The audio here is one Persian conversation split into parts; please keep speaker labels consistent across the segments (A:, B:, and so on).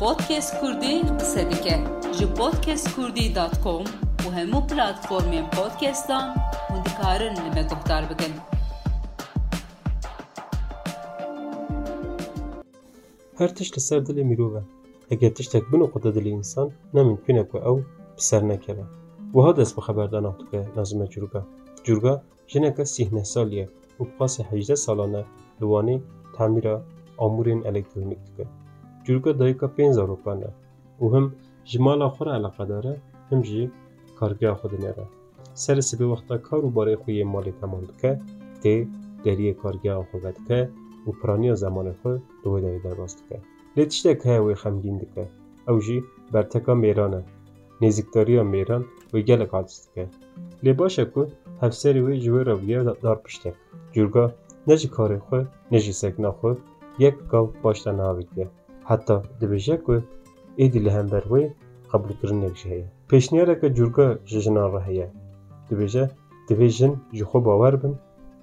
A: Podcast Kurdi qısa dikə. Ji podcastkurdi.com û hemû platformên podcastan hûn dikarin li me guhdar bikin.
B: هەر تشت لە سەر دلێ مرۆڤە ئەگەر تشتێک بنوقە دەدلی ئینسان نەممکنێکە ئەو پسەر نەکەوە وها دەست بە خەبەردان ناوتکە نازمە جورگە جورگە ژنەکە سیهنە سالیە و پاسی هەجدە ساڵانە لوانەی تامیرە ئامورێن ئەلکترۆنیک دکە جورگە دایکە پێ ئەوروپانە و هەم ji mala xwe re eleqedar e him jî kargeya xwe dinêre serê sibê wexta kar û barê xwe yê malê temam dike tê deriyê kargeya xwe vedike û piraniya zemanê xwe di wê derê derbas dike lê tiştek heye wê xemgîn dike ew jî berteka mêran e nêziktariya mêran wê gelek aciz dike lê baş e ku hevserê wê ji wê re bûye dar piştek cûrga ne jî karê xwe ne jî sekna xwe yek gav baş te naavîtiye heta dibêje ku êdî li hember wê qebulkirinêk ji heye pêşniyareke cûrga ji jinan re heye dibêje divê jin ji xwe bawer bin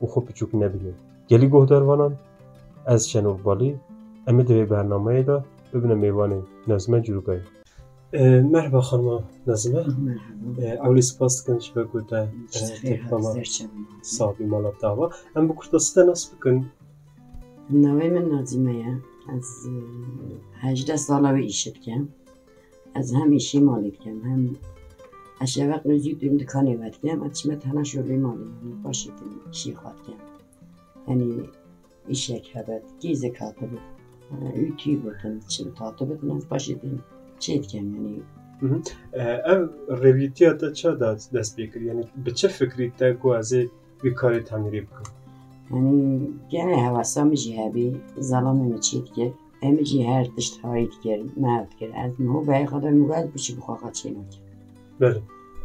B: û xwe piçûk nebînin gelî guhdarvanan ez şenol balî em ê divê bernameyê de bibine mêvanê nezme cûrgayê merhaba xanma nezime
C: Merhaba.
B: ew lê spas dikin ji ve ku te
C: Merhaba.
B: savî mala te hava em bi kurtasî te nas bikin
C: Navê min Nazime'ye. Ez e, 18 sala ve iş etken. Ez hem işi mal etken hem eşevek müzik duyum dikanı vetken. Atışme tana şöyle mal etken. Baş etken işi khatken. Yani işek hebet. Gizli katıbı. Ütüyü bıktım. Çivi tatı bıktım. Ez baş etken. Şey etken yani.
B: ev revîtiya te ça da dest pê kir yani bi çi fikrî te ku ez ê wî karê temirî bikim
C: Yani gene hevasam cihabi. Zalamını çiğitken. Em jî her tişt hayit kir, mehat kir. Ez mu bey kadar mugad bu çi bu kaka çiğnak.
B: berê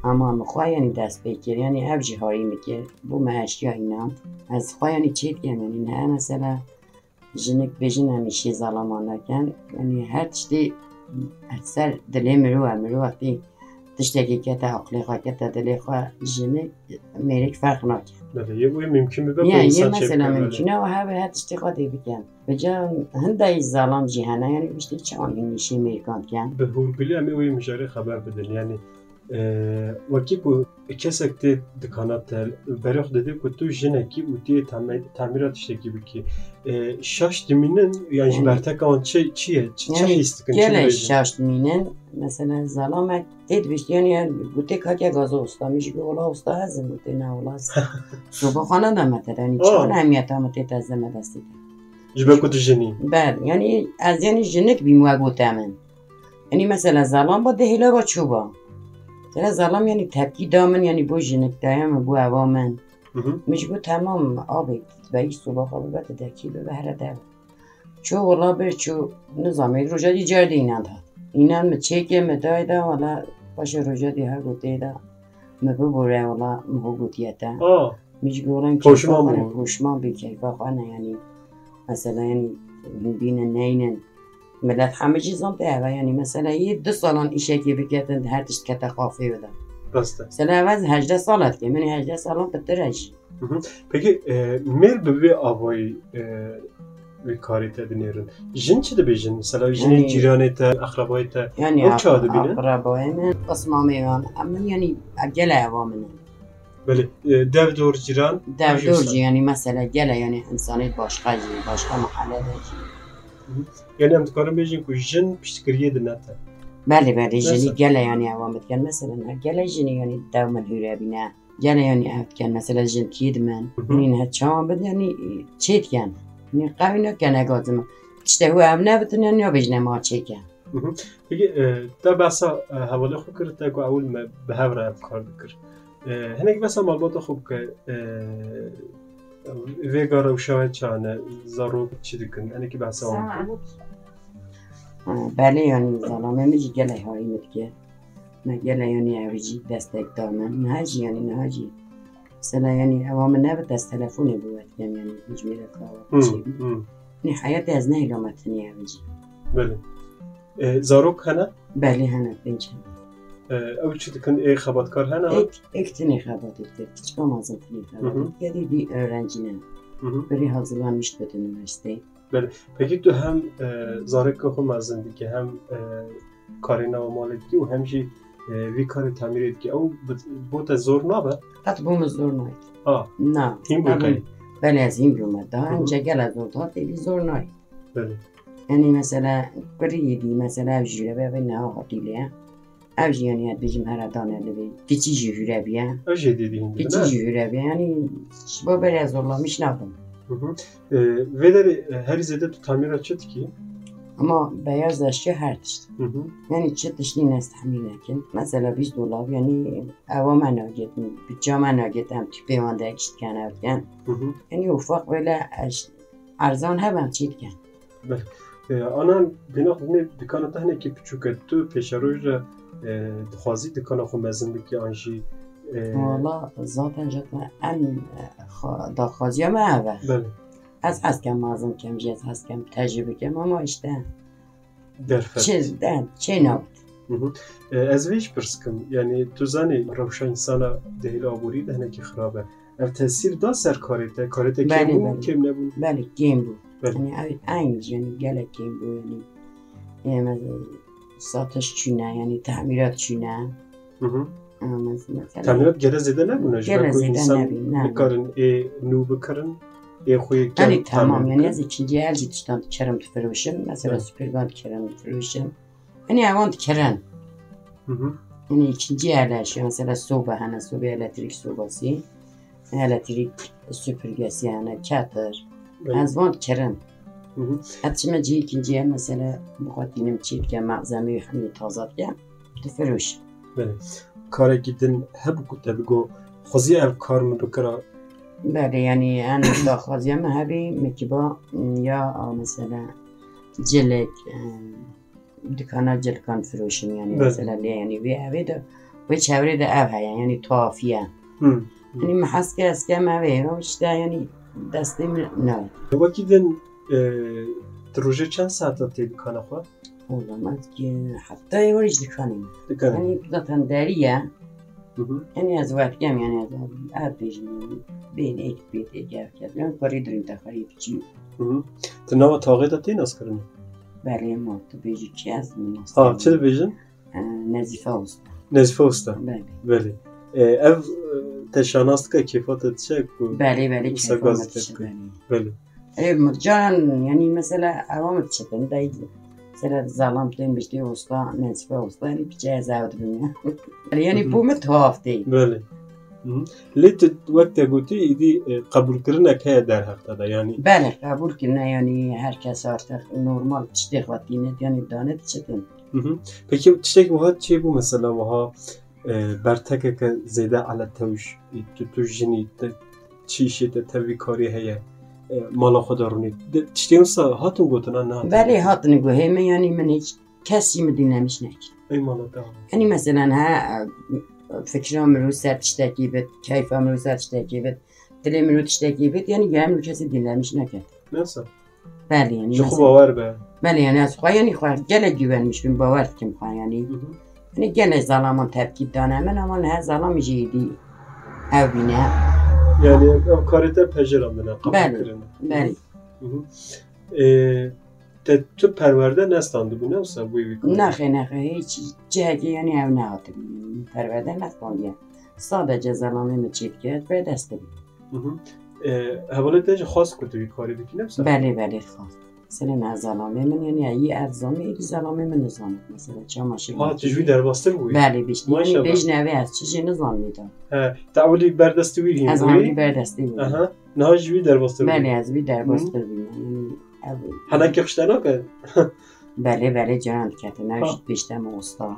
C: Ama mı yani dest bekir yani ev cihari mi kir bu meheşki ayna. Ez yani çiğit yani ne mesela jinik bejin hem işi zalamandaken yani her tişti etser dile miru emiru vakti tişteki kete akli kete dile kwa jinik merik fark nakin.
B: Bəli, ya bu mümkün mü?
C: Ya yine mesela mümkünə o hər həyat istiqad edikən. Və can hində izalam cihana, yəni işte çağın işi meykankən.
B: Bi hûrgulî em ê wê mijarê xeber bidin. Yani wekî ku kesek tê dikana te berê xwe didê ku tu jinekî û tê temîra tiştekî bikî. Eee, Şaş dimînin yani ji
C: Yani-
B: merteka wan çi çi ye? Çi çi
C: Yani
B: hîs dikin? çi
C: Gələ
B: bêjin?
C: şaşminin, məsələn, zalamək dedmiş, yəni yəni, bu tək həkə qazı ustamış, bu ola usta həzim, bu tə nə olas. Subxana da məsələn, çağın əmiyyətə mı tə təzləmə dəstək.
B: Ji ber ku tu jinî.
C: Bəli, yəni az yəni jinik bimuğa gotəmin. Yəni məsələn, zalam bu dehilə və çuba. Yəni zalam yəni təpki damın, yəni bu jinik dayam, bu avamın.
B: Hı hı.
C: مش بود تمام آبی و این صبح آبی بعد دکی به هر دو چو ولا به چو نظامی روزا دی جرد اینان تا اینان می چکه می دایدا ولا باشه روزا دی هر گو دیدا می ببره ولا مهو گوتیتا
B: Aa,
C: میش گورن
B: پشمان بود.
C: پوشمان بی کیفا خانه یعنی مثلا یعنی بین نینن ملت همه چیزان به هوا یعنی مثلا یه دو سالان ایشکی بکتن هر تشت کتا قافی بدن
B: rast e.
C: مثلا عوض هجده سالت که من هجده سالان پترش
B: Peki e, eee, mêr bi vê avayî eee, wê karê te dinêrin. Jin çi dibêjin? Mesela jinê
C: Yani-
B: cîranê te, axrabayê te.
C: يعني
B: Yok çağda bile.
C: أقربائي یعنی من قسمة ميوان أما يعني أجل عوامنا
B: Belê, eee, e, dev dor cîran.
C: دار
B: Hayır, sen-
C: دورجي يعني یعنی مثلا یعنی جل يعني إنسانية باشقا جي باشقا محلة جي
B: Yani em dikarim bêjin ku jin piştgiriyê din nete.
C: بله بله جني
B: Nasıl?
C: جل يعني عوامت كان مثلا جل جني يعني دوما الهورة بنا جل يعني أهد كان یعنی مثلا جن كيد من منين هالشام بد يعني تشيت كان يعني قوي كان أقازم تشتهو أمنا بتن يعني بجنا یعنی ما تشيت كان
B: Peki e, te behsa e, hevalê xwe kir te ku ewl me bi hev re ev kar dikir. E, Hinek behsa malbata xwe bike e, vê gara ûşawe çane zarok çi dikin hinekî behsa wan bikin.
C: بله یعنی ظلامه میجی گله هایی متکه نه گله یعنی اویجی دستک دامن نه هجی یعنی نه هجی سلا یعنی اوام نه به دست تلفونی بود کم یعنی مجمیره
B: Hı,
C: کارا
B: hı,
C: یعنی حیاتی از نه هلامتنی اویجی
B: Belê. E, Zarok hene
C: بله هنه پنج هنه
B: e, ew çi dikin ê xebatkar hene e?
C: ایک ایک تنی خبات اکتر کچ کام آزم تنی
B: Hı hı.
C: خبات یعنی بی ارنجی نه
B: Hı hı.
C: بری حاضرانمشت به دونیورسیتی
B: پکی تو هم زارک که خو مزن که هم کاری نو مالت و همشی وی کار تعمیرید که او بوت زور نابه
C: حتی بوم زور ناید
B: آه
C: نه
B: این بوی
C: بله از این بیومد دا
B: مهم.
C: هم جگل از اون تا تیلی زور ناید
B: بله
C: یعنی مثلا بریدی مثلا او جیره به به نه آقا دیلیه او جیانیت بجیم هر دانه لبی کچی جیره بیه
B: او جه دیدی هنده
C: کچی جیره بیه یعنی با بری از الله میشنبم
B: Ve de her zede tu tamir açıt ki.
C: اما بیاز اشیا هر تشت
B: Hı hı.
C: یعنی چه تشنی نست همین نکن مثلا 20 دلار یعنی اوا من آگت بجا من آگت هم تو پیوانده اکشت کن افکن
B: Hı hı.
C: یعنی افاق ولی اش ارزان هم چید کن
B: E, Anan bina ne dikana tahne ki küçük etti peşarojla e, dixwazi dikana xwe mezin bike anji. e,
C: والا ذاتا جتا ام داخوازی هم اوه
B: Bele.
C: از هست کم مازم کم جز هست کم تجربه کم اما اشته چه
B: Derfet.
C: ده چه نابد
B: E, Ez vê ji pirskim. Yani tu zanî rewşa insana dehêl aborî de hinekî xirab e. Ev tesîr da ser karê te. Karê te kêm
C: Bele,
B: bû,
C: bele.
B: kêm nebû.
C: بله گیم بود
B: بله.
C: یعنی اوی این یعنی گله گیم بود یعنی یعنی مثلا ساتش چونه یعنی تعمیرات چونه
B: Hı hı.
C: اه، مث- مثلا
B: Tamirat gere zede nebûne. Ji
C: گله
B: ber ku
C: زدن
B: insan
C: نبی نه نه.
B: bikarin ê nû bikirin ê xwe kêm
C: بله
B: tamir
C: تمام یعنی
B: bikin.
C: از ikinci el جیتشتان کرم تفروشم مثلا
B: بله.
C: سپرگان کرم تفروشم یعنی اوان کرن
B: Hı hı.
C: یعنی ikinci elش یا مثلا صبح هنه صبح elektrik sobası elektrik süpürgesi yani çatır
B: Bele.
C: از وان کرن
B: Hı hı.
C: حتی من جه ایکنجی هم مثلا بخواد بینم چید که مغزمی و همین تازاد که تو فروش
B: بله کار گیدن هب کو ته بگو خوزی ال کار من بکرا
C: بله یعنی ان داخوازی هم هبی مکیبا یا مثلا جلک اه، دکانا جلکان فروشن یعنی
B: بله.
C: مثلا لی یعنی وی اوی دا وی چوری دا او هیا یعنی توافیه
B: Hmm.
C: یعنی محس که از که هم اوی روش دا یعنی دستی من- نه
B: و گیدن دروژه چند ساعت ته بکانا خو
C: اولا من که حتی یه ورش دکانیم
B: دکان
C: یعنی داتن دریه
B: Mhm.
C: یعنی از وقت کم یعنی از آب بیشیم بین یک بیت یک هفته یعنی کاری داریم تخریب چی
B: Mhm. ته نو تاغه د تین اس کرن
C: برای ما تو بیجی چی از مناسب
B: ها چه ویژن
C: اه، نظیفه اوست
B: نزیفه وستا
C: بله
B: بله اف تشاناست که کیفات چه کو
C: بله بله
B: اوستا
C: کیف آمد
B: گازی
C: چه
B: تکن.
C: بله.
B: بله
C: ای مرجان یعنی مثلا عوامت چتن دایی مثلا زالام تن بشتی اوستا نظیفه اوستا یعنی بچه از اوت بینیم یعنی
B: مهم.
C: بومت هافتی
B: بله لیت وقت گوتی ایدی قبول کرنه که در هفته ده یعنی
C: بله قبول کنه یعنی هر کس آرتخ نورمال چتی خواتینت یعنی دانت چتن
B: Peki çiçek vaha çiğ bu mesela vaha bertekeke zede ala tevuş tutu jini de çiğ şi de tevi kari heye e, mala kodaruni çiçeğin sa hatun gotuna ne hatun
C: ولی هاتن گوهمه یعنی من هیچ کسی مدینمیش نکرد
B: ey mala da
C: یعنی مثلا ها فکرم رو سر تشتکی بد کیفم رو سر تشتکی بد دلم رو تشتکی بد یعنی گرم رو کسی دینمیش نکرد
B: neyse
C: بله یعنی
B: şu
C: مثلا-
B: var be
C: بله یعنی از خواه یعنی خواه گله گیونمش بین باور کم خواه یعنی یعنی گله ظلامان تبکید دانه من اما نه ظلام جیدی او بینه
B: yani ev karite pejeramına kabul
C: Bəli,
B: kırını
C: بله
B: te tu perverde nestandı bu ne olsa bu evi
C: نخه نخه هیچ جهگی یعنی او نه آتی بینه پرورده نتبانیه ساده ظلامی مچید کرد به دست بینه
B: Havalı tece khas kutu bir kari bikine misin?
C: بله بله خواست مثلا از زلامه من یعنی یه از زلامه یکی زلامه من نزانت مثلا چه ماشین
B: Ha tecvi derbastır bu evi.
C: بله بیشتر یعنی
B: ماشاءالله. یعنی؟
C: بجنوه از چه جه نزان میدم
B: He, تعولی بردستی وی
C: از همونی بردسته بودم
B: Aha, nahaj wî derbastir
C: بله
B: bû.
C: از بی در باستر بینم یعنی اول-
B: Helekê xiştena ke
C: بله بله جان کته
B: آه.
C: نوشت بیشتم اوستا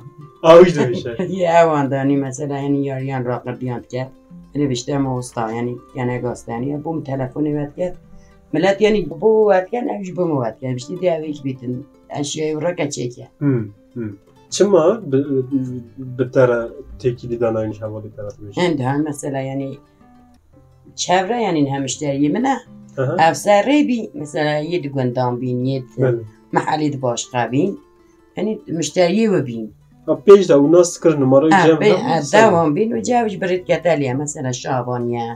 B: a wî dibêje.
C: یه اوان دانی مثلا یعنی یاریان را قردیان کرد یعنی بیشتم اوستا یعنی یعنی گاستانی بوم تلفونی وقت کرد ملت یعنی بو وقت کرد اوش بوم وقت کرد بیشتی دیویش بیتن اشیای را کچه کرد
B: Çima bi- bi tere tekili danayın şevalî tere dibêje.
C: هند هم مثلا یعنی چوره یعنی همشتری منه
B: Aha,
C: افسر ریبی مثلا یه دو گندان بین یه دو
B: belê.
C: محلی دو باشقه بین یعنی مشتری و بین
B: Ha, pêj de wî nas kir numarayı
C: اه،
B: cem
C: بین-
B: hem
C: اه،
B: sen-
C: دوام بین و جاوش برد کتلیه مثلا شابانیه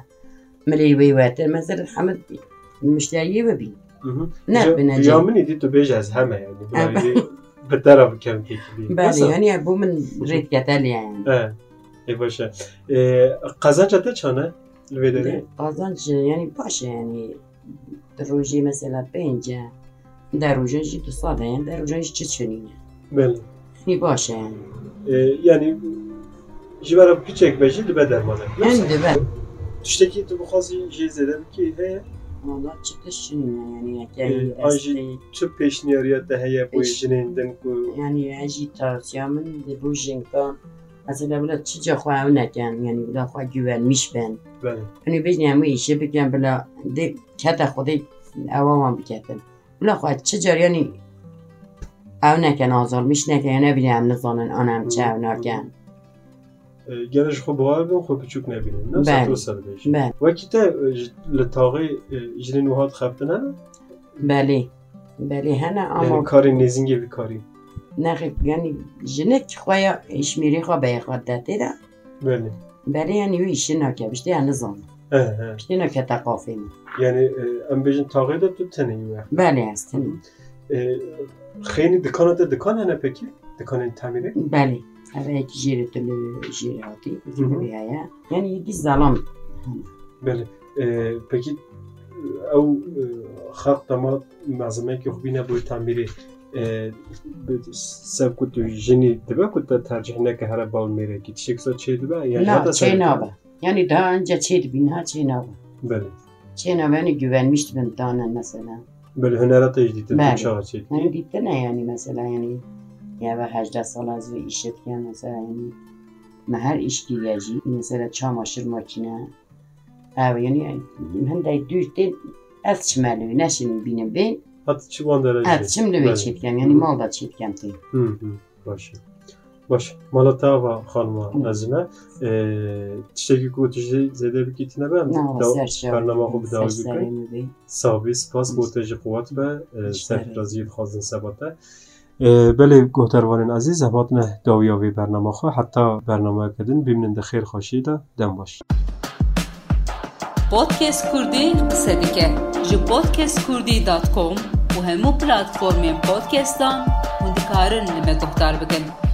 C: ملیوی واتر مثلا حمد مشتری و بین نه
B: جا-
C: به نجات.
B: یا منی دی تو بیش از همه یعنی
C: آه.
B: برای به طرف کم تکیلی
C: بله یعنی بو من رید گتل یعنی
B: ای باشه اه، قزنج تا چانه لویدری
C: قازان چه یعنی باشه یعنی در روژه مثلا پنجه در روژه چی تو ساده یعنی در روژه چی چنینه
B: بله
C: یعنی باشه یعنی
B: اه، یعنی جبرا پیچک بجی لبه درمانه
C: یعنی دبر
B: تشتکی تو بخواستی جی زده بکی هی
C: والا چی توش چنینه یعنی یکی
B: اه،
C: یعنی
B: آجی.
C: استی-
B: چه پیش نیاریات ده هی بوی
C: پیش.
B: جنیندن کو
C: یعنی اجیتاسیا من در روژه که مثلا بلا چی جا خواه او نکن یعنی بلا خواه گیون میش بند
B: بله
C: یعنی بجنم ایشه بگم بلا ده کت خودی عوام هم بکتن بلا خواه چه جریانی او نکن آزار میش نکن یا نبینم نزانن آنم چه او نکن
B: اه، گرش خوب باور بیم خوب پیچوک نبینیم نه
C: بله.
B: سطر سر بیش
C: بله
B: وکی تا لطاقی جنین وحاد خبتنه
C: بله بله هنه
B: یعنی
C: اما
B: کاری نزینگی بی کاری
C: نخی یعنی جنک خواه اشمیری خواه به خواه داده دا
B: بله
C: بله یعنی او ایشه نکه بشتی یا نزان
B: اه، اه.
C: بشتی نکه تقافی نه
B: یعنی اه، ام بیجن تاقی ده تو تنه یو وقت
C: بله هستن
B: اه، خیلی دکانه ده دکان هنه پکی دکان تعمیره
C: بله اوه یکی جیره تلو جیره هاتی بیایه یعنی یکی زلام
B: بله اه، پکی اه، او اه، خلق دما مزمه که خوبی نبوی تعمیره اه، به سب کت جنی دبه کت ده ترجیح نکه هر بال میره که چیک سا چه دبه یعنی
C: نه
B: حتی
C: چه
B: سر-
C: نابه یعنی daha önce çeydi bina çey nabı.
B: بله
C: Çey nabı yani hani güvenmişti ben daha önce mesela.
B: بله هنرات اجدیده
C: بله.
B: تو چه چه
C: Yani gitti ne yani mesela yani ya ve hacda salaz ve işletken mesela yani me her iş giyeci mesela çamaşır makine abi yani yani hem de düzde az çimeli ne şimdi benim ben
B: حتی چی وان درجه
C: az çimli ve çetkem yani mal da çetkem değil.
B: Hı hı, Başı. Baş. Malatava hanıma
C: Hı.
B: azime. Eee tişteki kurtuşu zede bir kitine ben.
C: Ne var
B: Da-
C: ser şey.
B: برنامه خوب داوی بکن
C: serserimi bir.
B: سابی سپاس
C: Hı.
B: بورتجی قوات به
C: بیشتره.
B: سرفرازی خازن سباته بله گوهتروانین عزیز هباتن داویاوی برنامه خواه حتی برنامه کدین بیمنین ده خیر خاشی ده دم باش
A: پادکست کردی قصه دیگه جو پادکست کردی دات کام و همو پلاتفورمین پادکستان هندی کارن نمه گفتار بکن